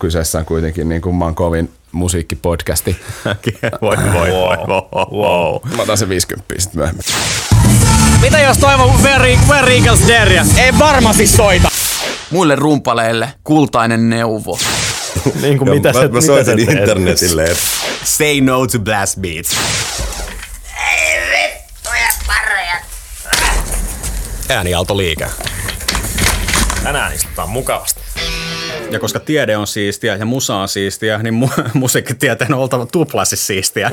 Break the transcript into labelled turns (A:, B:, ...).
A: kyseessä on kuitenkin niin kuin maan kovin musiikkipodcasti.
B: voi, voi, voi, voi, voi.
A: Mä otan sen 50 sitten myöhemmin.
C: Mitä jos toivon Very, very Eagles Derriä?
D: Ei varmasti soita.
E: Muille rumpaleille kultainen neuvo.
C: Niin kuin
F: Joo,
C: mitä
F: mä,
C: sä,
F: mä
C: mitä sä
F: soitin
C: teet?
F: internetille, että
B: Say no to blast beats. Äänialtoliike.
D: Tänään istutaan mukavasti. Ja koska tiede on siistiä ja musa on siistiä, niin mu- musiikkitieteen on oltava tuplasi siistiä.